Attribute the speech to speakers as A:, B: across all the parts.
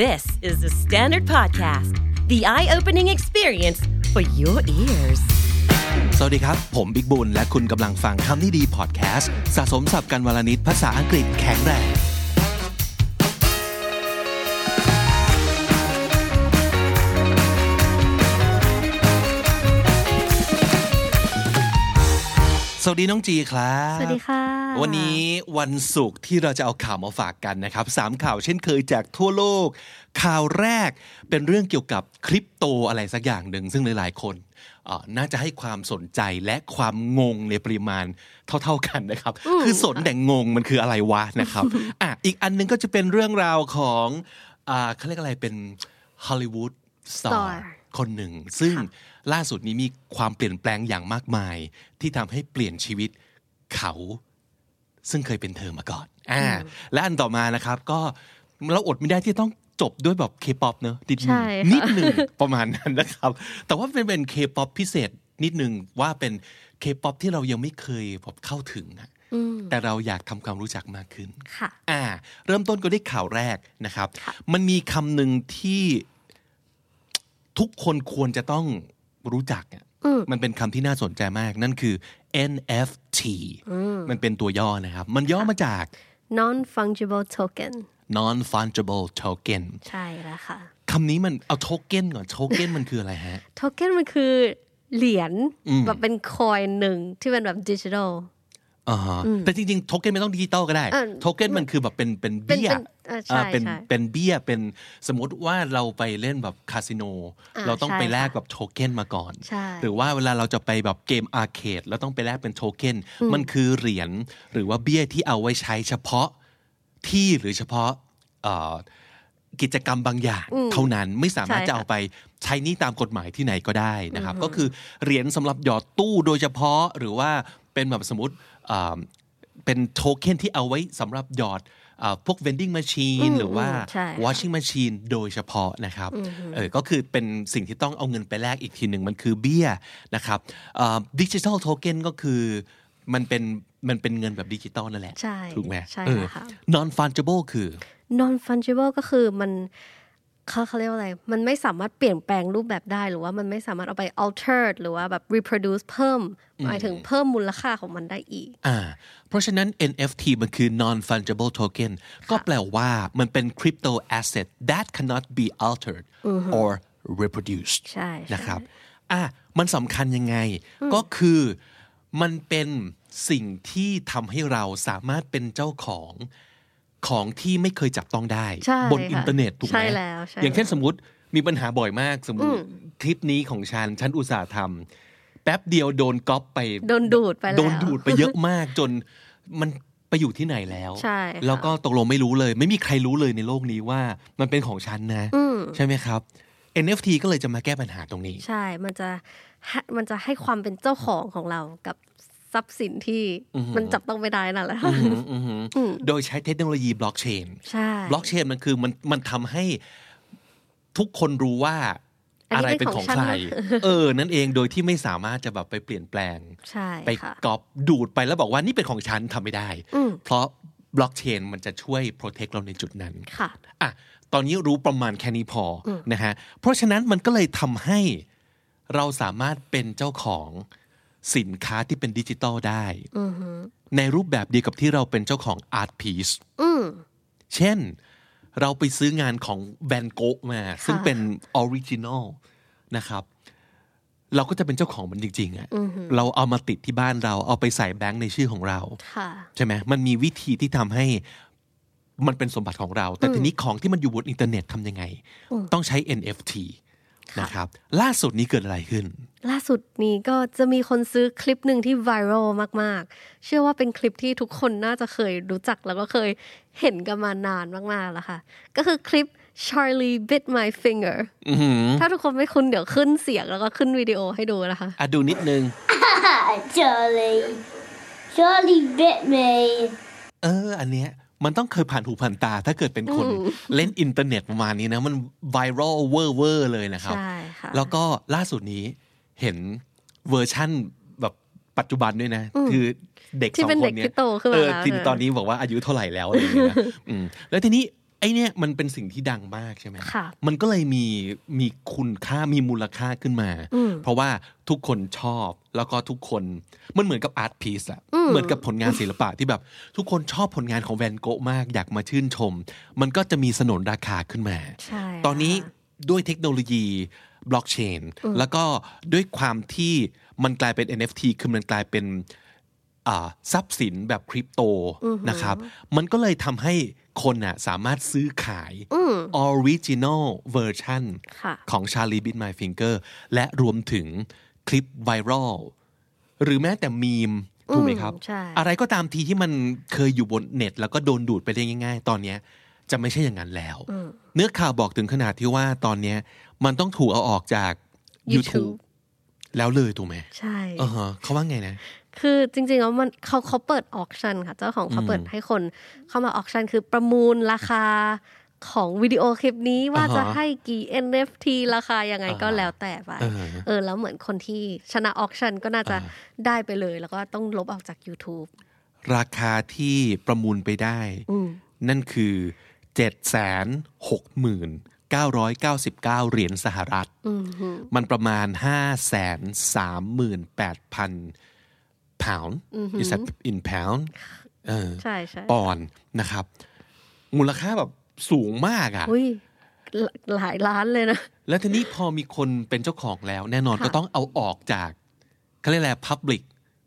A: This is the Standard Podcast, the eye opening experience for your ears.
B: สวัสดีครับ ผมบิ๊กบุญ และคุณกำลังฟังคำนี้ดีพอดแคสต์ สะสมสับกันวลนิดภาษาอังกฤษแข็งแรง สวัสดีน้องจีครับ
C: สวัสดีค่ะ
B: วันนี้วันศุกร์ที่เราจะเอาข่าวมาฝากกันนะครับสามข่าวเช่นเคยจากทั่วโลก ข่าวแรกเป็นเรื่องเกี่ยวกับคริปโตอะไรสักอย่างหนึ่งซึ่งหลายๆ คนเอ่อน่าจะให้ความสนใจและความงงในปริมาณเท่าๆกันนะครับ คือสนแต่งงมันคืออะไรวะ นะครับ อ่ะอีกอันหนึงก็จะเป็นเรื่องราวของอ่าเขาเรียกอะไรเป็นฮอลลีวูดสตา
C: Star
B: ร์ คนหนึ่ง ซึ่งล่าสุดนี้มีความเปลี่ยนแปลงอย่างมากมาย ที่ทำให้เปลี่ยนชีวิตเขา ซึ่งเคยเป็นเธอมาก่อน อ่า และอันต่อมานะครับ ก็เราอดไม่ได้ที่ต้องจบด้วยแบบเคป๊อปเนอะนิดนึ
C: ใช่
B: ง
C: ค่ะ
B: นิดหนึ่ง ประมาณนั้นนะครับ แต่ว่าเป็นเป็นเคป๊อปพิเศษนิดนึงว่าเป็นเคป๊อปที่เรายังไม่เคยแบบเข้าถึงอะ
C: อืม
B: แต่เราอยากทำความรู้จักมากขึ้น
C: ค่ะ
B: อ่า เริ่มต้นก็ด้วยข่าวแรกนะครับ มันมีคำหนึ่งที่ทุกคนควรจะต้องรู้จักอะ
C: อืม
B: มันเป็นคำที่น่าสนใจมาก นั่นคือ NFT มันเป็นตัวย่อนะครับ มันย่อมาจาก
C: non fungible token
B: non fungible token
C: ใช่แล้วค่ะ
B: คำนี้มันเอาโทเก้นก่อน โทเก้นมันคืออะไรฮะ
C: token มันคือเหรียญแบบเป็นคอยหนึ่งที่เป็นแบบดิจิทัล
B: อ่าฮะแต่จริงๆ โทเก้นไม่ต้องดิจิตอลก็ได้
C: เออ
B: โทเก้นมันคือแบบเป็นเป็น
C: เป็น
B: เบี้ย
C: เป็นเออใช่
B: อ่าเป็น
C: ใช่
B: เป็นเบี้ยเป็นสมมติว่าเราไปเล่นแบบคาสิโน
C: อ่า
B: เราต้อง
C: ใช่
B: ไปแลก
C: ค่ะ
B: แบบโทเก้นมาก่อน
C: ใช่
B: หรือว่าเวลาเราจะไปแบบเกมอาร์เคดเราต้องไปแลกเป็นโทเก้นมันคือเหรียญหรือว่าเบี้ยที่เอาไว้ใช้เฉพาะที่หรือเฉพาะเอ่อกิจกรรมบางอย่าง เท่านั้นไม่สามารถ
C: ใช่
B: จะเอา
C: ค่ะ
B: ไปใช้หนี่ตามกฎหมายที่ไหนก็ได้นะครับ ก็คือเหรียญสำหรับหยอดตู้โดยเฉพาะหรือว่าเป็นแบบสมมติอ่าเป็นโทเค็นที่เอาไว้สำหรับหยอดอ่าพวก vending machine หรือว่า
C: ใช่ค่ะ
B: washing machine โดยเฉพาะนะครับเออก็คือเป็นสิ่งที่ต้องเอาเงินไปแลกอีกทีหนึ่งมันคือเบี้ยนะครับดิจิทัลโทเค็นก็คือมันเป็นมันเป็นเงินแบบดิจิตอลนั่นแหละ
C: ใช่
B: ถูกไหม
C: ใช่
B: เออ
C: แล้วค่ะ
B: non fungible คือ
C: non fungible ก็คือมันเขาเขาเรียกว่าอะไร มันไม่สามารถเปลี่ยนแปลงรูปแบบได้ หรือว่ามันไม่สามารถเอาไป alter หรือว่าแบบ reproduce เพิ่ม หมายถึงเพิ่มมูลค่าของมันได้อีก
B: อ่าเพราะฉะนั้น NFT มันคือ non fungible token ก็แปลว่ามันเป็น crypto asset that cannot be altered or reproduced
C: ใช่ใช่
B: นะครับอ่ะมันสำคัญยังไง ก็คือมันเป็นสิ่งที่ทำให้เราสามารถเป็นเจ้าของของที่ไม่เคยจับต้องได้
C: ใช่
B: บน
C: ค่ะ
B: อินเทอร์เน็ตถูกไหม
C: ใช่แล้วใช่
B: อย่างเช่น
C: แล้ว
B: สมมติมีปัญหาบ่อยมากสมมติทริปนี้ของฉัน ฉันอุตส่าห์ทำแป๊บเดียวโดนก๊อปไป
C: โดนดูดไปแล้ว
B: โดนดูดไปเยอะมากจนมันไปอยู่ที่ไหนแล้ว
C: ใช่ค่ะ
B: แล้วก็ตกลงไม่รู้เลย ไม่มีใครรู้เลยในโลกนี้ว่ามันเป็นของฉันนะ
C: อืม
B: ใช่ไหมครับ NFT ก็เลยจะมาแก้ปัญหาตรงนี้
C: ใช่ มันจะให้มันจะให้ความเป็นเจ้าของของเรากับทรัพย์สินที่มันจับต้องไม่ได้นั่นแหละค่ะ
B: อืมอืมอืมโดยใช้เทคโนโลยีบล็อกเชน
C: ใช่
B: บล็อกเชนมันคือมันมันทำให้ทุกคนรู้ว่า
C: อั
B: อะ
C: น
B: ไร
C: นี้เป็
B: เป็น
C: น
B: ข
C: ข
B: อ
C: อง ง
B: ใคร
C: ฉัน
B: เออ นั่นเองโดยที่ไม่สามารถจะแบบไปเปลี่ยนแปลง
C: ใช่
B: ไป
C: ค่ะ
B: กอบดูดไปแล้วบอกว่านี่เป็นของฉันทำไม่ได้
C: อืม
B: เพราะบล็อกเชนมันจะช่วยโปรเทคเราในจุดนั้น
C: ค่ะ
B: อ่ะ ตอนนี้รู้ประมาณแค่นี้พออนะฮะ เพราะฉะนั้นมันก็เลยทำให้เราสามารถเป็นเจ้าของสินค้าที่เป็นดิจิตอลได้ ในรูปแบบเดียวกับที่เราเป็นเจ้าของอาร์ตพีซ
C: อืม
B: เช่น เราไปซื้องานของแวนโกะมา ซึ่งเป็นออริจินอลนะครับ เราก็จะเป็นเจ้าของมันจริง ๆอะเราเอามาติดที่บ้านเรา เอาไปใส่แบงค์ในชื่อของเรา
C: ค่ะ
B: ใช่ไหมมันมีวิธีที่ทำให้มันเป็นสมบัติของเรา แต่ทีนี้ของที่มันอยู่บนอินเทอร์เน็ตทำยังไง ต้องใช้ NFT นะครับ ล่าสุดนี้เกิดอะไรขึ้น
C: ล่าสุดนี้ก็จะมีคนซื้อคลิปหนึ่งที่ไวรัลมาก ๆ เชื่อว่าเป็นคลิปที่ทุกคนน่าจะเคยรู้จักแล้วก็เคยเห็นกันมานานมาก ๆ แล้วค่ะ ก็คือคลิป Charlie bit my finger ถ้าทุกคนไม่คุ้นเดี๋ยวขึ้นเสียงแล้วก็ขึ้นวิดีโอให้ดูนะคะ
B: อ่ะดูนิดนึง
D: Charlie. Charlie bit me.
B: เออ อันเนี้ยมันต้องเคยผ่านหูผ่านตา ถ้าเกิดเป็นคนเล่นอินเทอร์เน็ตประมาณนี้นะ มันไวรัลเวอร์เวอร์เลยนะครับ
C: ใช่ค่ะ
B: แล้วก็ล่าสุดนี้เห็นเวอร์ชั่นแบบปัจจุบันด้วยนะ คือเด็ก
C: ที่
B: สอง
C: เป็น
B: ค
C: เด็
B: น
C: ก
B: เนี้
C: ที่
B: ย
C: โตขึ้นมา
B: เออ
C: แล้ว
B: ทีนี้
C: นะ
B: ตอนนี้บอกว่าอายุเท่าไหร่แล้วอะไรอย่างเงี้ยนะอืมแล้วทีนี้ ไอเนี่ยมันเป็นสิ่งที่ดังมากใช่ไหม
C: ค่ะ
B: มันก็เลยมีมีคุณค่ามีมูลค่าขึ้นมา
C: อืม
B: เพราะว่าทุกคนชอบแล้วก็ทุกคนมันเหมือนกับอาร์ตพีซอะ
C: อืม
B: เหมือนกับผลงานศิลปะที่แบบ ทุกคนชอบผลงานของแวนโกะมากอยากมาชื่นชม มันก็จะมีสนนราคาขึ้นมา
C: ใช่
B: ตอนนี้ด้วยเทคโนโลยีบล็อกเชนแล้วก็ด้วยความที่มันกลายเป็น NFT คือมันกลายเป็นอ่าทรัพย์สินแบบคริปโตนะครับ มันก็เลยทำให้คนน่ะสามารถซื้อขาย
C: อืม
B: original version
C: ค่ะ
B: ของ Charlie Bit My Finger และรวมถึงคลิปไวรัลหรือแม้แต่มีม ถูกไหมครับ
C: อืมใช่
B: อะไรก็ตามทีที่มันเคยอยู่บนเน็ต แล้วก็โดนดูดไปได้ง่าย ๆ ตอนเนี้ยจะไม่ใช่อย่างนั้นแล้ว เนื้อข่าวบอกถึงขนาดที่ว่าตอนเนี้ยมันต้องถูกเอาออกจาก YouTube
C: YouTube
B: แล้วเลยถูกไหม
C: ใช่
B: เออฮะเขาว่าไงนะ
C: คือจริงๆแล้วมันเขาเขาเปิดออกชันค่ะ เจ้าของเขาเปิดให้คนเข้ามาออกชันคือประมูลราคาของวิดีโอคลิปนี้ว่า
B: อ่าฮะ
C: จะให้กี่ NFT ราคายังไงก็
B: อ่าฮะ
C: แล้วแต่ไป
B: อ่าฮะ
C: เออแล้วเหมือนคนที่ชนะออกชันก็น่าจะ
B: อ่า
C: ได้ไปเลย แล้วก็ต้องลบออกจาก YouTube
B: ราคาที่ประมูลไปได้
C: อืม
B: นั่นคือ 769,999 เหรียญสหรัฐ
C: อืมฮึ
B: มันประมาณ 538,000 pound is that in pound เออ
C: ใช่ใช่
B: ปอนด์นะครับ มูลค่าแบบสูงมากอะ
C: อุ้ยหลหลายล้านเลยนะ
B: แล้วทีนี้พอมีคนเป็นเจ้าของแล้ว แน่นอน
C: ค่ะ
B: ก็ต้องเอาออกจากเขาเรียกอะไร public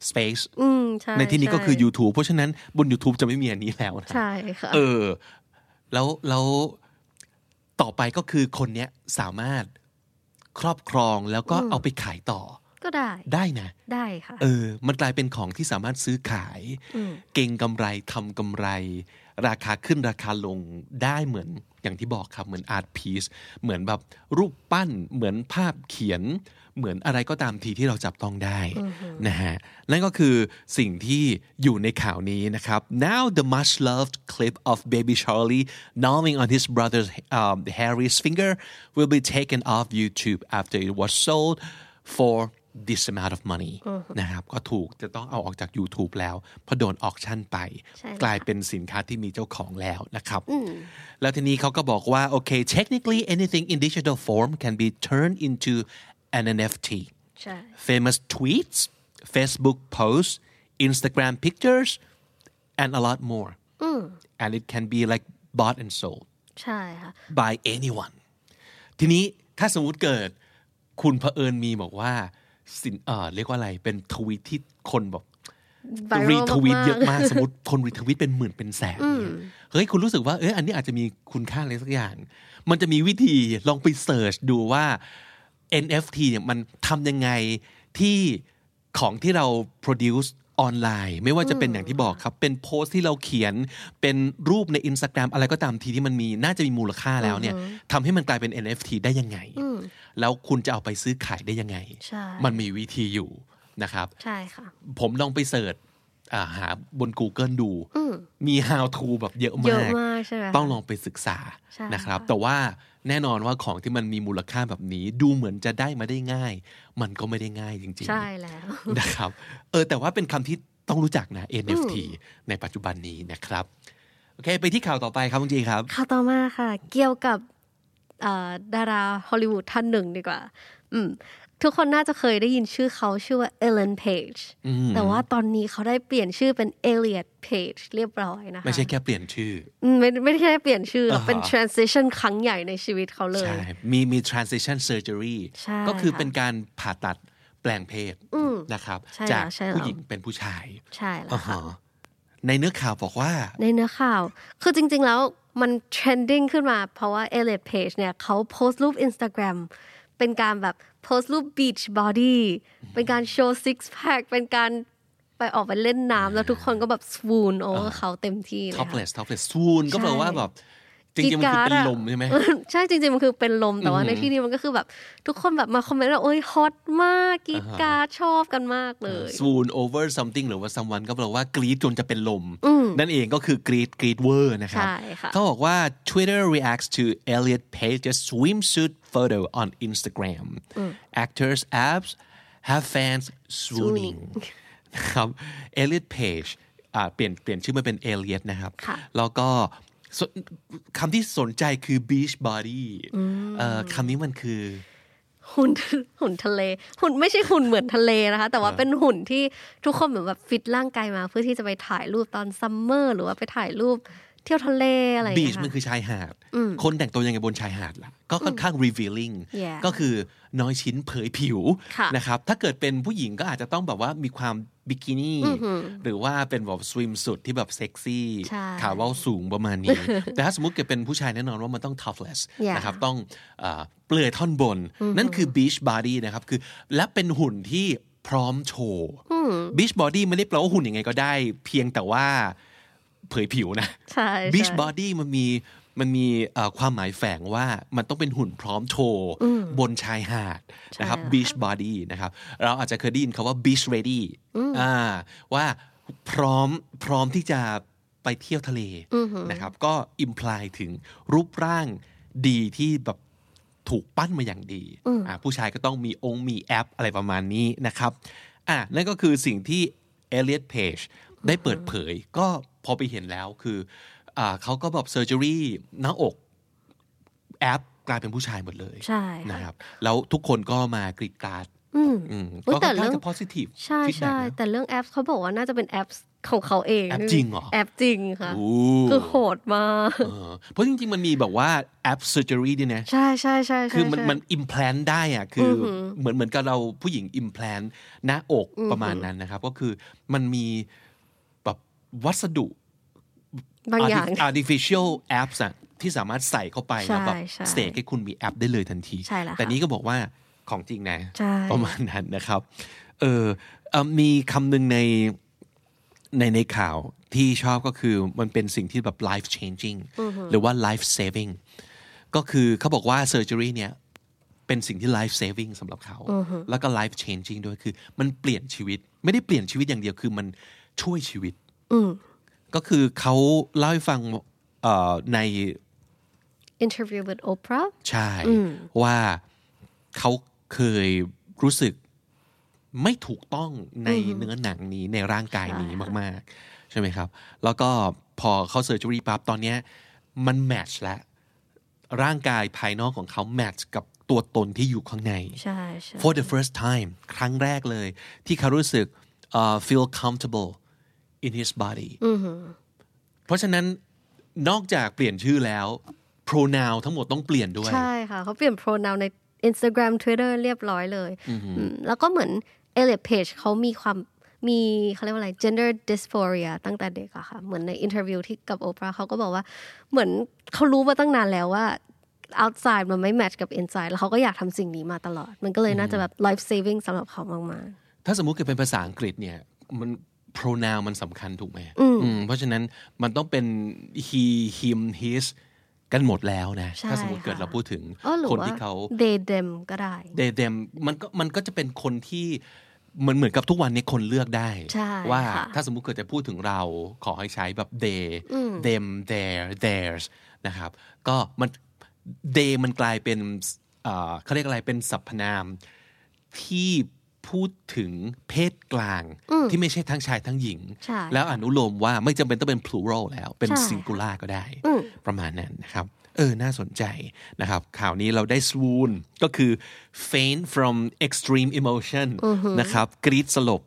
B: space
C: อืมใช่
B: ในที่นี้ก็
C: ช่
B: คือ YouTube เพราะฉะนั้นบน YouTube จะไม่มีอันนี้แล้วนะ
C: ใช่ค่ะ
B: เออ แล้วแล้วต่อไปก็คือคนเนี้ยสามารถครอบครองแล้วก็เอาไปขายต่อ
C: ก็ได้
B: ได้นะ
C: ได้ค่ะ
B: เออ มันกลายเป็นของที่สามารถซื้อขาย
C: ม
B: เก่งกำไรทำกำไร ราคาขึ้นราคาลงได้เหมือนอย่างที่บอกครับ เหมือนอาร์ตพีซเหมือนแบบรูปปั้น เหมือนภาพเขียน เหมือนอะไรก็ตามทีที่เราจับต้องได้นะฮะนั่นก็คือสิ่งที่อยู่ในข่าวนี้นะครับ now the much loved clip of baby Charlie gnawing on his brother um, Harry's finger will be taken off YouTube after it was sold for this amount of money นะครับก็ถูกจะต้องเอาออกจาก YouTube แล้วเพราะโดนออกชั่นไป
C: ใช่แล้ว
B: กลายเป็นสินค้าที่มีเจ้าของแล้วนะครับ แล้วทีนี้เขาก็บอกว่า โอเค technically anything in digital form can be turned into an NFT
C: ใช่
B: famous tweets Facebook posts Instagram pictures and a lot more and it can be like bought and sold
C: ใช่ค่ะ
B: by anyone ทีนี้ถ้าสมมุติเกิด คุณเผอิญมีบอกว่าสินเอ่อเรียกว่าอะไรเป็นทวีตที่คนแบบ
C: Viral
B: รีทวีตเยอะ
C: ๆ
B: มากสมมติคนรีทวีตเป็นหมื่นเป็นแสนเนี่ยเฮ้ยคุณรู้สึกว่าเอออันนี้อาจจะมีคุณค่าอะไรสักอย่าง มันจะมีวิธีลองไปเสิร์ชดูว่า NFT เนี่ยมันทำยังไงที่ของที่เรา produce ออนไลน์ ไม่ว่าจะเป็นอย่างที่บอกครับ เป็นโพสต์ที่เราเขียนเป็นรูปใน Instagram อะไรก็ตามทีที่มันมีน่าจะมีมูลค่าแล้วเนี่ยทำให้มันกลายเป็น NFT ได้ยังไง แล้วคุณจะเอาไปซื้อขายได้ยังไง
C: ใช่
B: มันมีวิธีอยู่นะครับ
C: ใช่ค่ะ
B: ผมลองไปเสิร์ชอ่าหาบน Google ดู
C: อืม
B: มี how to แบบเยอะ
C: เยอะ
B: มาก
C: มากใช่ไหมคะ
B: ต้องลองไปศึกษา
C: ใช่
B: นะครับ
C: ค่ะ
B: แต่ว่าแน่นอนว่าของที่มันมีมูลค่าแบบนี้ ดูเหมือนจะได้มาได้ง่าย มันก็ไม่ได้ง่ายจริง
C: ใช่แล้ว
B: ๆนะครับ เออแต่ว่าเป็นคำที่ต้องรู้จักนะ NFT ในปัจจุบันนี้นะครับ โอเค ไปที่ข่าวต่อไปครับคุณจีครับ
C: ข่าวต่อมาค่ะ เกี่ยวกับเอ่อดาราฮอลลีวูดท่านหนึ่งดีกว่า อืม ทุกคนน่าจะเคยได้ยินชื่อเขาชื่อว่าเอเลนเพจ
B: อืม
C: แต่ว่าตอนนี้เขาได้เปลี่ยนชื่อเป็นเอเลียตเพจเรียบร้อยนะคะ
B: ไม่ใช่แค่เปลี่ยนชื่อ
C: อืมไม่ไม่ได้แค่เปลี่ยนชื่อหรอก
B: อ่าฮะ
C: เป็น transition ครั้งใหญ่ในชีวิตเขาเลย
B: ใช่ มีมี transition surgery
C: ใช่
B: ก็คือ
C: ค่ะ
B: เป็นการผ่าตัดแปลงเพศ
C: อืม
B: นะครับ
C: ใช่แล้ว
B: จาก
C: ใช่แล้ว
B: ผู้หญิงเป็นผู้ชาย
C: ใช่แล้ว
B: อ่า
C: ค่ะ
B: ฮะในเนื้อข่าวบอกว่า
C: ในเนื้อข่าว คือจริง ๆ แล้วมัน trending ขึ้นมา เพราะว่า e l i t e Page เนี่ยเขาโพสต์รูป Instagram เป็นการแบบโพสต์รูป beach body เป็นการโชว์ six pack เป็นการไปออกไปเล่นน้ำแล้วทุกคนก็แบบ swoon over เขาเต็มที่เลยค่ะ
B: topless topless ซูนก็แปลว่าแบบ จริงๆ มันคือ
C: ด
B: เป็น
C: ร์ดะ
B: ลมใช่ไหม
C: ใช่จริงๆ มันคือเป็นลมแต่ว่าในที่นี้มันก็คือแบบทุกคนแบบมาคอมเมนต์ว่าโอ้ยฮอตมากกรีดกราร์ดชอบกันมากเลย
B: swoon over something หรือว่า someone ก็แปลว่ากรีดจนจะเป็นลม นั่นเองก็คือกรีดกรีดเวอร์นะครับ
C: ใช่ค่ะ
B: เขาบอกว่า Twitter reacts to Elliot Page's swimsuit photo on Instagram actors abs have fans swooning นะครับ Elliot Page อ่าเปลี่ยนเปลี่ยนชื่อมาเป็น Elliot นะครับ
C: ค่ะ
B: แล้วก็ สคำที่สนใจคือ beach body เอ่อคำนี้มันคือ
C: หุ่น หุ่นทะเล หุ่นไม่ใช่หุ่นเหมือนทะเลนะคะ แต่ว่า
B: อ่า
C: เป็นหุ่นที่ทุกคนเหมือนแบบฟิตร่างกายมา เพื่อที่จะไปถ่ายรูปตอนซัมเมอร์หรือว่าไปถ่ายรูปเที่ยวทะเลอะไรอย่าง
B: บีช
C: เงี้ย
B: มัน
C: ค่ะ
B: คือชายหาด
C: อืม
B: คนแต่งตัวยังไงบนชายหาดล่ะ ก็ค่อนข้าง revealing
C: Yeah
B: ก็คือน้อยชิ้นเผยผิว
C: ค่ะ
B: นะครับ ถ้าเกิดเป็นผู้หญิงก็อาจจะต้องแบบว่ามีความบิกินี่
C: อือหือ
B: หรือว่าเป็นแบบสวิมสุดที่แบบเซ็กซี่
C: ใช่
B: ขาเว้าสูงประมาณนี้ แต่ถ้าสมมติเกิดเป็นผู้ชายแน่นอนว่ามันต้อง topless
C: Yeah
B: นะครับ ต้องเอ่อเปลือยท่อนบน นั่นคือ beach body นะครับ คือและเป็นหุ่นที่พร้อมโชว์
C: อืม
B: beach body ไม่ได้แปลว่าหุ่นยังไงก็ได้ เพียงแต่ว่าเผยผิวนะ
C: ใช่
B: บีช
C: ใช่
B: บอดี้มันมีมันมีเอ่อความหมายแฝงว่ามันต้องเป็นหุ่นพร้อมโชว์บนชายหาดนะครับ
C: แล้วค่ะ
B: บีชบอดี้นะครับเราอาจจะเคยได้ยินคาว่าบีชเรดี้อ่าว่าพร้อมพร้อมที่จะไปเที่ยวทะเลนะครับก็อิมพลายถึงรูปร่างดีที่แบบถูกปั้นมาอย่างดีอ่าผู้ชายก็ต้องมีองค์มีแอปอะไรประมาณนี้นะครับอ่านั่นก็คือสิ่งที่ Elliot Page ได้เปิดเผยก็พอไปเห็นแล้วคืออ่าเขาก็แบบเซอร์เจอรี่หน้าอกแอปกลายเป็นผู้ชายหมดเลย
C: ใช่ค่ะ
B: นะครับแล้วทุกคนก็มากรีดกราด
C: อืม
B: อืม
C: อุ๊ย
B: ก็
C: แต่
B: ค่อนข้าง
C: เรื่
B: จะ
C: อง
B: positive
C: ใช่ใช่
B: feedback นะ
C: แต่เรื่องแอปเขาบอกว่าน่าจะเป็นแอปของเขาเอง
B: แอปจริงเหรอ
C: แอปจริงค่ะ
B: โอ้
C: คือโหดมาก
B: เออเพราะจริงๆ มันมีแบบว่าแอป surgery ด้วยนะ
C: ใช่ใช่ใช่ใช่
B: คือมัน
C: ใช่
B: มันอิมพลนได้อะคืออ
C: อหือ
B: เหมือนเหมือนกับเราผู้หญิงอิมพลนหน้าอก
C: อือหือ
B: ประมาณนั้นนะครับ ก็คือมันมีแบบวัสดุ
C: บางอย่าง
B: Artif- artificial apps อะที่สามารถใส่เข้าไป
C: ใช่
B: แล้วแบบ
C: ใช่
B: เสกให้คุณมีแอปได้เลยทันที
C: ใช่แล้วค่ะ
B: แต่นี้ก็บอกว่าของจริงนะ
C: ใช่
B: ประมาณนั้นนะครับ เออเอ่อมีคำหนึ่งในในในข่าวที่ชอบก็คือมันเป็นสิ่งที่แบบ life changing หรือว่า life saving ก็คือเขาบอกว่า surgery เนี่ยเป็นสิ่งที่ life saving สำหรับเขา แล้วก็ life changing ด้วยคือมันเปลี่ยนชีวิต ไม่ได้เปลี่ยนชีวิตอย่างเดียวคือมันช่วยชีวิต ก็คือเขาเล่าให้ฟังเอ่อใน
C: interview with Oprah
B: ใช่ ว่าเขาเคยรู้สึกไม่ถูกต้องในเนื้อหนังนี้ในร่างกายนี้มาก ๆ ใช่ไหมครับ แล้วก็พอเขาเซอร์เจอรี่ปั๊บตอนเนี้ยมันแมทช์แล้ว ร่างกายภายนอกของเขาแมทช์กับตัวตนที่อยู่ข้างใน
C: ใช่ใช่
B: for the first time ครั้งแรกเลย ที่เขารู้สึกเอ่อ feel comfortable in his body เพราะฉะนั้นนอกจากเปลี่ยนชื่อแล้ว pronoun ทั้งหมดต้องเปลี่ยนด้วย
C: ใช่ค่ะ เขาเปลี่ยน pronoun ใน Instagram Twitter เรียบร้อยเลยอืมแล้วก็เหมือน e l i t Page เขามีความมีเขาเรียกว่าอะไร gender dysphoria ตั้งแต่เด็กอะค่ะ เหมือนในอินเทอร์วิวที่กับโอปราเขาก็บอกว่า เหมือนเขารู้มาตั้งนานแล้วว่า outside มันไม่แมทช์กับ inside แล้วเขาก็อยากทำสิ่งนี้มาตลอด มันก็เลยน่าจะแบบ life saving สำหรับเขามาก
B: ถ้าสมมุติเกิดเป็นภาษาอังกฤษเนี่ยมัน pronoun มันสำคัญถูกไหมอืมเพราะฉะนั้นมันต้องเป็น he him his กันหมดแล้วนะ
C: ใช่
B: ถ้าสมมติเกิด
C: ค่ะ
B: เราพูดถึง
C: ๆอ๋อหรือ
B: คน
C: ว่า
B: ที่เขา
C: they them ก็ได้
B: เดเดมมันก็มันก็จะเป็นคนที่เหมือนเหมือนกับทุกวันนี้คนเลือกได้
C: ใช่
B: ว่า
C: ค่ะ
B: ถ้าสมมุติเกิดจะพูดถึงเราขอให้ใช้แบบ they them their theirs นะครับ ก็มัน they มันกลายเป็นเอ่อเขาเรียกอะไรเป็นสรรพนาม ที่พูดถึงเพศกลางที่ไม่ใช่ทั้งชายทั้งหญิง
C: ใช่
B: แล้วอนุโลมว่าไม่จำเป็นต้องเป็น plural แล้ว เป็น
C: ใช่
B: singular ก็ได้
C: อืม
B: ประมาณนั้นนะครับ เออ น่าสนใจนะครับ ข่าวนี้เราได้ swoon ก็คือ faint from extreme emotion นะครับ กรีดสลบ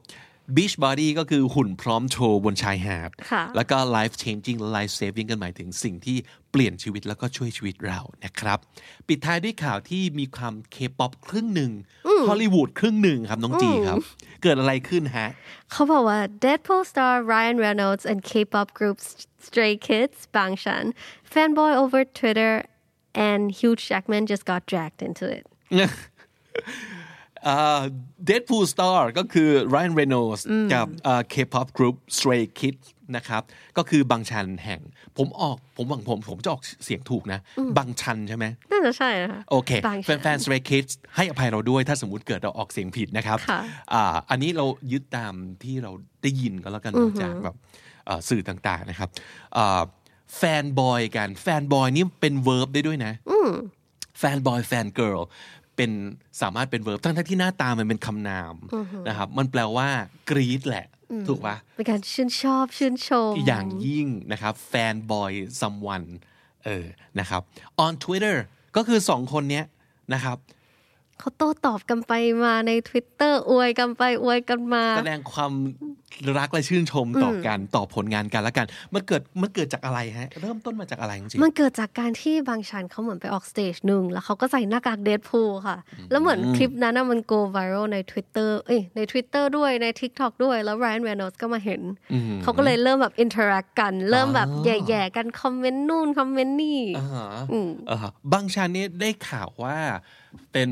B: beach body ก็คือหุ่นพร้อมโชว์บนชายหาด
C: ค่ะ
B: แล้วก็ life changing life saving กันหมายถึงสิ่งที่เปลี่ยนชีวิตแล้วก็ช่วยชีวิตเรานะครับ ปิดท้ายด้วยข่าวที่มีความ K-pop ครึ่งหนึ่งฮอลลีวูดครึ่งหนึ่งครับ น้องจีครับ เกิดอะไรขึ้นฮะ
C: เขาบอกว่า uh, Deadpool star Ryan Reynolds and K-pop group Stray Kids Bangshan fanboy over Twitter and Hugh Jackman just got dragged into it
B: เดดพูลสตาร์ก็คือ Ryan Reynolds กับเคป๊อปกรุ๊ป Stray Kids นะครับ ก็คือบางชันแห่ง ผมออกผมหวังผมผมจะออกเสียงถูกนะ บางชันใช่ไหม
C: น่าจะใช่นะคะ
B: โอเค
C: บางชัน
B: แฟนๆ Stray Kids ให้อภัยเราด้วยถ้าสมมติเกิดเราออกเสียงผิดนะครับ
C: ค่ะ
B: อ่าอันนี้เรายึดตามที่เราได้ยินก็แล้วกันจากแบบเอ่อสื่อต่างๆนะครับแฟนบอยกันแฟนบอยนี่เป็นเวิร์บได้ด้วยนะแฟนบอยแฟนเกิ l เป็นสามารถเป็น verb ทั้งๆที่หน้าตามันเป็นคำนามนะครับ มันแปลว่ากรีดแหละ ถูกปะ
C: เป็นการชื่นชอบชื่นชม
B: อย่างยิ่งนะครับแฟนบอย someone เออนะครับ on Twitter ก็คือสองคนเนี้ยนะครับ
C: เขาโต้ตอบกันไปมาใน Twitter อวยกันไปอวยกันมา
B: แสดงความรักและชื่นชมต่ออกันต่อผลงานกันและกัน มันเกิดมันเกิดจากอะไรฮะ เริ่มต้นมาจากอะไรจริงๆ
C: มันเกิดจากการที่บางชันเขาเหมือนไปออกสเตจหนึ่งแล้วเขาก็ใส่หน้ากากเดดพูลค่ะ แล้วเหมือนคลิปนั้นน่ะมัน go viral ใน Twitter เอ้ยใน Twitter ด้วยใน TikTok ด้วยแล้ว Ryan Reynolds ก็มาเห็น เขาก็เลยเริ่มแบบ interact กัน เริ่มแบบ
B: อ๋อ
C: แย่ๆกัน คอมเมนต์นู่น คอมเมนต์นี่
B: อ่าฮะ
C: อืม
B: อ่าฮะบางชาญนี่ได้ข่าวว่าเป็น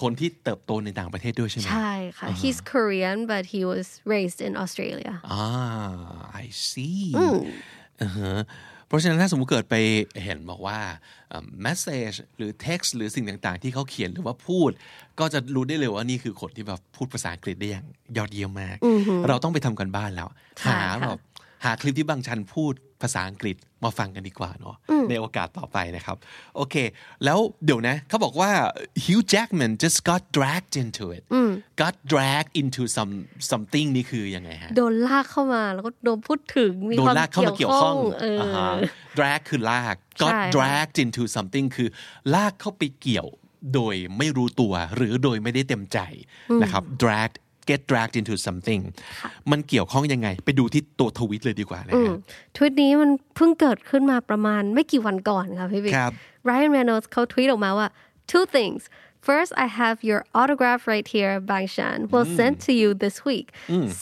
B: คนที่เติบโตในต่างประเทศด้วยใช่ไหม
C: ใช่ค่ะ he's Korean but he was raised in Australia
B: อ่า I see อือฮะเพราะฉะนั้นถ้าสมมติเกิดไปเห็นบอกว่าเอ่อ message หรือ text หรือสิ่งต่างๆ ที่เขาเขียนหรือว่าพูด ก็จะรู้ได้เลยว่านี่คือคนที่แบบพูดภาษาอังกฤษได้อย่างยอดเยี่ยมมาก เราต้องไปทำกันบ้านแล้ว
C: ใช่
B: หา
C: ค่ะ
B: แบบหาคลิปที่บางชันพูดภาษาอังกฤษมาฟังกันดีกว่าเนาะในโอกาสต่อไปนะครับ โอเค แล้วเดี๋ยวนะเขาบอกว่า Hugh Jackman just got dragged into it got dragged into some something นี่คือยังไงฮะ
C: โดนลากเข้ามาแล้วก็โดนพูดถึงมี
B: โด
C: คน วาม
B: ลากเข้ามาเกี่
C: เกี่
B: ย
C: ยว ว
B: ข้
C: ข้
B: อ
C: อง งเออ
B: าฮะ drag คือลาก got
C: ใช่ค่ะ
B: dragged into something คือลากเข้าไปเกี่ยวโดยไม่รู้ตัวหรือโดยไม่ได้เต็มใจนะครับ drag get dragged into something มันเกี่ยวข้องยังไง ไปดูที่ตัวทวิตเลยดีกว่านะฮะ
C: ทวิตนี้มันเพิ่งเกิดขึ้นมาประมาณไม่กี่วันก่อนค่ะพี่บิ๊ก
B: ครับ
C: Ryan Reynolds เขาทวีตออกมาว่า two things First, I have your autograph right here, Bang Shan. Will
B: Mm.
C: send to you this week.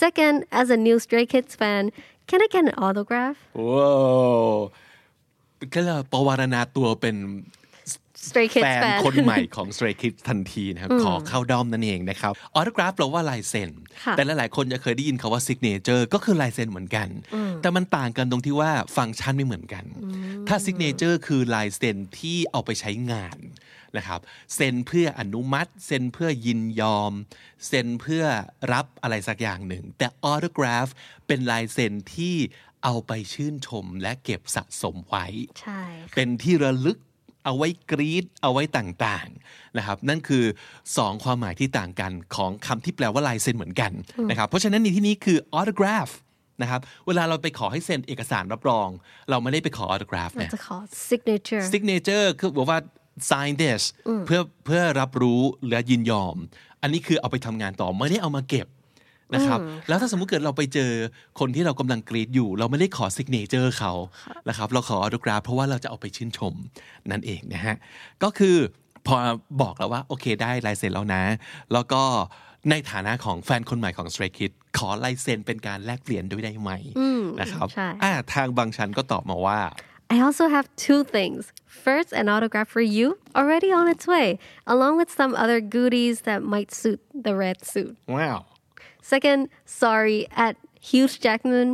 C: Second, as a new Stray Kids fan, can I get an autograph?
B: ว้าวก็เลยประวารณาตัวเป็น
C: Stray
B: แฟ
C: Kids
B: น
C: fan.
B: คน ใหม่ของ Stray Kids ทันทีนะครับ ขอเข้าด้อมนั่นเองนะครับออ o กราฟแปลว่าลายเซ็น
C: ค่ะ
B: แต่หลายๆคนจะเคยได้ยินคาว่า s ิกเนเจอร์ก็คือลายเซ็นเหมือนกัน แต่มันต่างกันตรงที่ว่าฟังก์ชันไม่เหมือนกัน ถ้า s ิกเนเจอร์คือลายเซ็นที่เอาไปใช้งานนะครับเซ็นเพื่ออนุมัติเซ็นเพื่อยินยอมเซ็นเพื่อรับอะไรสักอย่างหนึ่ง แต่ออ o กราฟเป็นลายเซ็นที่เอาไปชื่นชมและเก็บสะสมไว้
C: ใช่ค่ะ
B: เป็นที่ระลึกเอาไว้กรีดเอาไว้ต่างๆนะครับนั่นคือ 2 ความหมายที่ต่างกันของคำที่แปลว่าลายเซ็นเหมือนกันนะครับเพราะฉะนั้นในที่นี้คือ autograph นะครับเวลาเราไปขอให้เซ็นเอกสารรับรอง เราไม่ได้ไปขอ autograph
C: เรา
B: นะ
C: จะขอ signature
B: signature คือบอกว่า sign this เพื่อเพื่อรับรู้และยินยอม อันนี้คือเอาไปทำงานต่อไม่ได้เอามาเก็บนะครับแล้วถ้าสมมุติเกิดเราไปเจอคนที่เรากำลังกรีดอยู่ เราไม่ได้ขอ signature เขานะครับเราขอออโตกราฟเพราะว่าเราจะเอาไปชื่นชมนั่นเองนะฮะก็คือพอบอกแล้วว่า โอเคได้ลายเซ็นแล้วนะ แล้วก็ในฐานะของแฟนคนใหม่ของ Stray Kids ขอลายเซ็นเป็นการแลกเปลี่ยนด้วยได้ไหมนะครับ
C: ใช่
B: อ่าทางบางชันก็ตอบมาว่า
C: I also have two things. First, an autograph for you, already on its way, along with some other goodies that might suit the red suit.
B: ว้าว
C: Second, sorry at Hugh Jackman,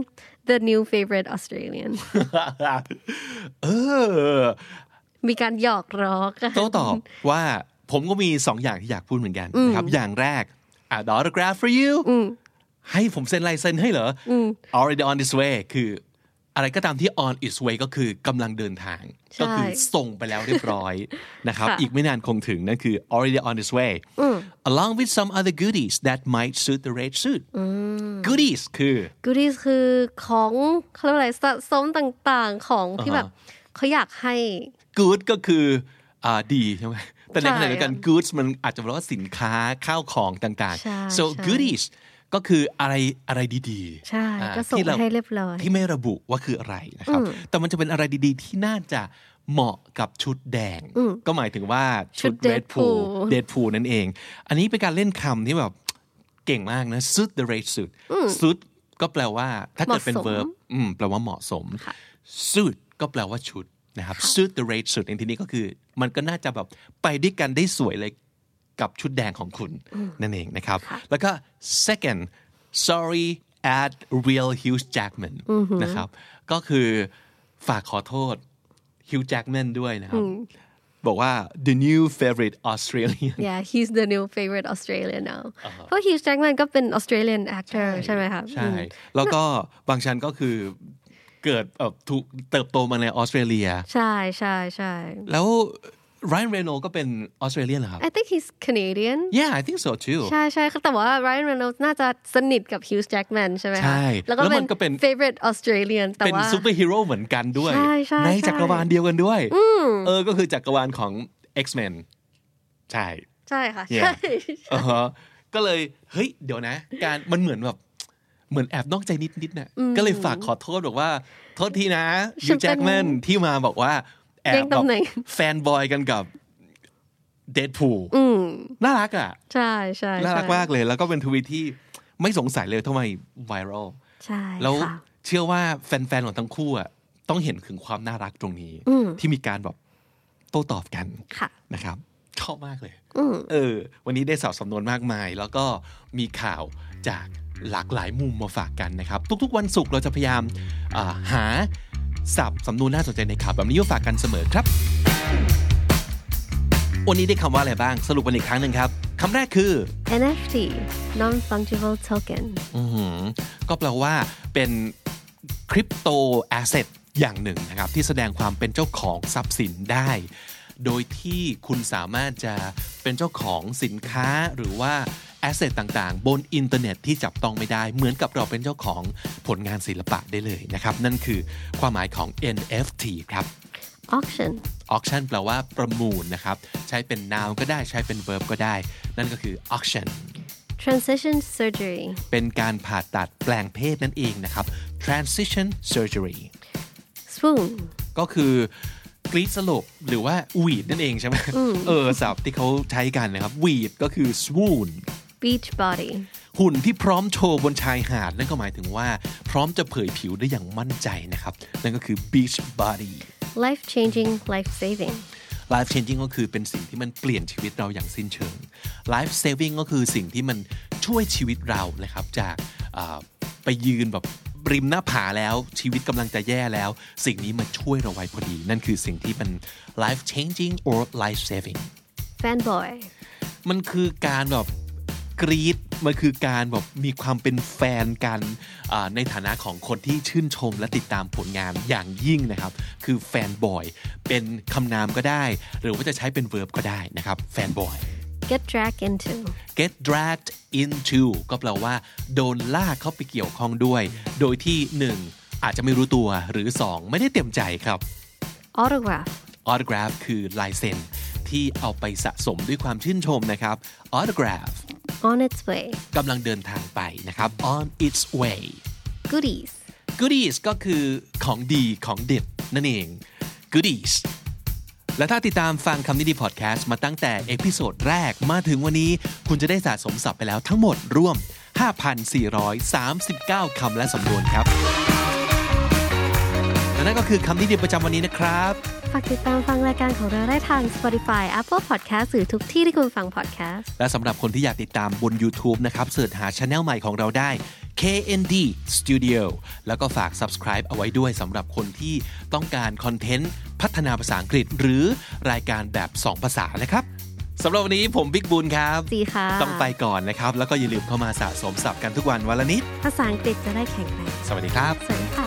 C: the new favorite Australian.
B: เออ
C: มีการหยอกล้อกัน
B: โต้ตอบว่าผมก็มีสองอย่างที่อยากพูดเหมือนกันนะครับ อย่างแรกอ่ะ the autograph for you ให้ผมเซ็นลายเซ็นให้เหรออ already on this way คือ อะไรก็ตามที่ on its way ก็คือกำลังเดินทาง
C: ใช่
B: ก็คือส่งไปแล้วเรียบร้ อยนะครับ
C: ค่ะ
B: อีกไม่นานคงถึง นั่นคือ already on its way along with some other goodies that might suit the red suit goodies คือ
C: goodies คือของเขาเรียกว่าอะไรสะสมต่างๆของที่แบบเขาอยากให้
B: กู๊ดก็คืออ่าดีใช่ไหมแต่ใน
C: ใช่
B: ขณะเดียวกันกู๊ดมันอาจจะแปลว่าสินค้าข้าวของต่าง
C: ใช่
B: ๆ so
C: ใช่
B: goodies ก็คืออะไรอะไรดีๆ
C: ใช่
B: อ่า
C: ก็ส่ง
B: ที่า
C: ให้เรียบร้อย
B: ที่ไม่ระบุว่าคืออะไรนะครับ แต่มันจะเป็นอะไรดีๆ ที่น่าจะเหมาะกับชุดแดง ก็หมายถึงว่าชุด
C: ชุด
B: Red Pool
C: Deadpool
B: Red Pool นั่นเอง อันนี้เป็นการเล่นคำที่แบบเก่งมากนะ suit the red suit suit ก็แปลว่าถ้าเกิดเป็น
C: เหมาะสม
B: verb อืมแปลว่าเหมาะสม suit ก็แปลว่าชุดนะครับ suit the red suit ในที่นี้ก็คือ มันก็น่าจะแบบไปด้วยกันได้สวยเลยกับชุดแดงของคุณ นั่นเองนะครับ แล้วก็ second sorry at real Hugh Jackman นะครับ ก็คือฝากขอโทษ Hugh Jackman ด้วยนะครับ บอกว่า the new favorite Australian
C: yeah he's the new favorite Australian now เพราะ Hugh Jackman ก็เป็น Australian actor ใช่ไหมคะ
B: ใช่
C: อืม
B: แล้วก็บางชันก็คือเกิดเอ่อถูกเติบโตมาในออสเตรเลีย
C: ใช่ใช่ใช่
B: แล้ว Ryan Reynolds ก็เป็นออสเตรเลียนเหรอครับ
C: I think he's Canadian
B: Yeah I think so too
C: ใช่ใช่แต่ว่า Ryan Reynolds น่าจะสนิทกับ Hugh Jackman ใช่ไหมคะ
B: ใช่
C: แล้วก็
B: แล้ว
C: เป็
B: มัน นก็เป็น
C: favorite Australian แต่
B: เป็น
C: ว่า
B: ซูเปอร์ฮีโร่เหมือนกันด้วย
C: ใช่ใช่ใช่
B: จักรวาลเดียวกันด้วยเออก็คือจักรวาลของ X-Men ใช่
C: ใช่ค่ะ
B: Yeah
C: ใช่
B: อ่าฮะก็เลยเฮ้ยเดี๋ยวนะ การมันเหมือนแบบเหมือนแอบนอกใจนิดนิดๆน่ะก็เลยฝากขอโทษบอกว่า โทษทีนะยูแจ็คแมนที่มาบอกว่า แอบ
C: เรียง
B: แบบ
C: ตำแหน่ง
B: แฟนบอยกันกับเดดพูล
C: อืม
B: น่ารักอ่ะ
C: ใช่ใช่
B: น่ารักมากเลย แล้วก็เป็นทวีตที่ไม่สงสัยเลยทำไมไวรัล
C: ใช่
B: แล้ว
C: ค่ะ
B: เชื่อว่าแฟนๆ ของทั้งคู่อะต้องเห็นถึงความน่ารักตรงนี้
C: อืม
B: ที่มีการแบบโต้ตอบกัน
C: ค่ะ
B: นะครับชอบมากเลย
C: อืม
B: เออ วันนี้ได้สาวสำนวนมากมาย แล้วก็มีข่าวจากหลากหลายมุมมาฝากกันนะครับ ทุกๆ วันศุกร์เราจะพยายามอ่าหาสับสำนวนน่าสนใจในข่าวแบบนี้มาฝากกันเสมอครับ วันนี้ได้คำว่าอะไรบ้าง สรุปกันอีกครั้งหนึ่งครับคำแรกคือ
C: NFT non fungible token
B: อือหือก็แปลว่าเป็นคริปโตแอสเซทอย่างหนึ่งนะครับ ที่แสดงความเป็นเจ้าของทรัพย์สินได้ โดยที่คุณสามารถจะเป็นเจ้าของสินค้าหรือว่าแอสเซทต่างๆ บนอินเทอร์เน็ตที่จับต้องไม่ได้ เหมือนกับเราเป็นเจ้าของผลงานศิลปะได้เลยนะครับ นั่นคือความหมายของ NFT ครับ
C: auction
B: อ u กชั n แปลว่าประมูลนะครับ ใช้เป็น noun ก็ได้ใช้เป็น verb ก็ได้ นั่นก็คือ auction
C: transition surgery
B: เป็นการผ่าตัดแปลงเพศนั่นเองนะครับ transition surgery
C: swoon
B: ก็คือกรีดสลบหรือว่าหวีดนั่นเองใช่ไหมเออศัพท์ที่เขาใช้กันนะครับหวีดก็คือ swoon
C: beach body
B: หุ่นที่พร้อมโชว์บนชายหาด นั่นก็หมายถึงว่าพร้อมจะเผยผิวได้อย่างมั่นใจนะครับ นั่นก็คือ beach body
C: life changing life saving
B: life changing ก็คือเป็นสิ่งที่มันเปลี่ยนชีวิตเราอย่างสิ้นเชิง life saving ก็คือสิ่งที่มันช่วยชีวิตเรานะครับ จากเอ่อไปยืนแบบริมหน้าผาแล้วชีวิตกำลังจะแย่แล้ว สิ่งนี้มาช่วยเราไว้พอดี นั่นคือสิ่งที่มัน life changing or life saving
C: fanboy
B: มันคือการแบบกรีดมันคือการแบบมีความเป็นแฟนกันอ่าในฐานะของคนที่ชื่นชมและติดตามผลงานอย่างยิ่งนะครับ คือแฟนบอย เป็นคำนามก็ได้ หรือว่าจะใช้เป็นเวิร์บก็ได้นะครับ แฟนบอย
C: get dragged into
B: get dragged into ก็แปลว่า โดนลากเข้าไปเกี่ยวข้องด้วย โดยที่ 1 อาจจะไม่รู้ตัวหรือ 2 ไม่ได้เต็มใจครับ
C: autograph
B: ออ t กราฟคือลายเซ็นที่เอาไปสะสมด้วยความชื่นชมนะครับออ t กราฟ
C: on its way
B: กำลังเดินทางไปนะครับ on its way
C: goodies
B: goodies ก็คือของดีของเด็ดนั่นเอง goodies และถ้าติดตามฟังคำนี้ดีพอดแคสต์มาตั้งแต่เอพิโซดแรกมาถึงวันนี้ คุณจะได้สะสมศัพท์ไปแล้วทั้งหมดรวม 5,439 คำและสำนวนครับและนั่นก็คือคำนี้ดีประจำวันนี้นะครับ
C: ฝากติดตามฟังรายการของเราได้ทาง Spotify Apple Podcast หรือทุกที่ที่คุณฟัง podcast
B: และสำหรับคนที่อยากติดตามบน YouTube นะครับเสิร์ชหาช anel ใหม่ของเราได้ KND Studio แล้วก็ฝาก subscribe เอาไว้ด้วยสำหรับคนที่ต้องการคอนเทนต์พัฒนาภาษาอังกฤษ หรือรายการแบบ 2 ภาษานะครับสำหรับวันนี้ผมบิ๊กบุญครับ
C: จีค่ะ
B: ต้องไปก่อนนะครับ แล้วก็อย่าลืมเข้ามาสะสมศัพท์กันทุกวันวันละนิด
C: ภาษาอังกฤษจะได้แข็งแรง
B: สวัสดีครับ
C: สวัสดีค่ะ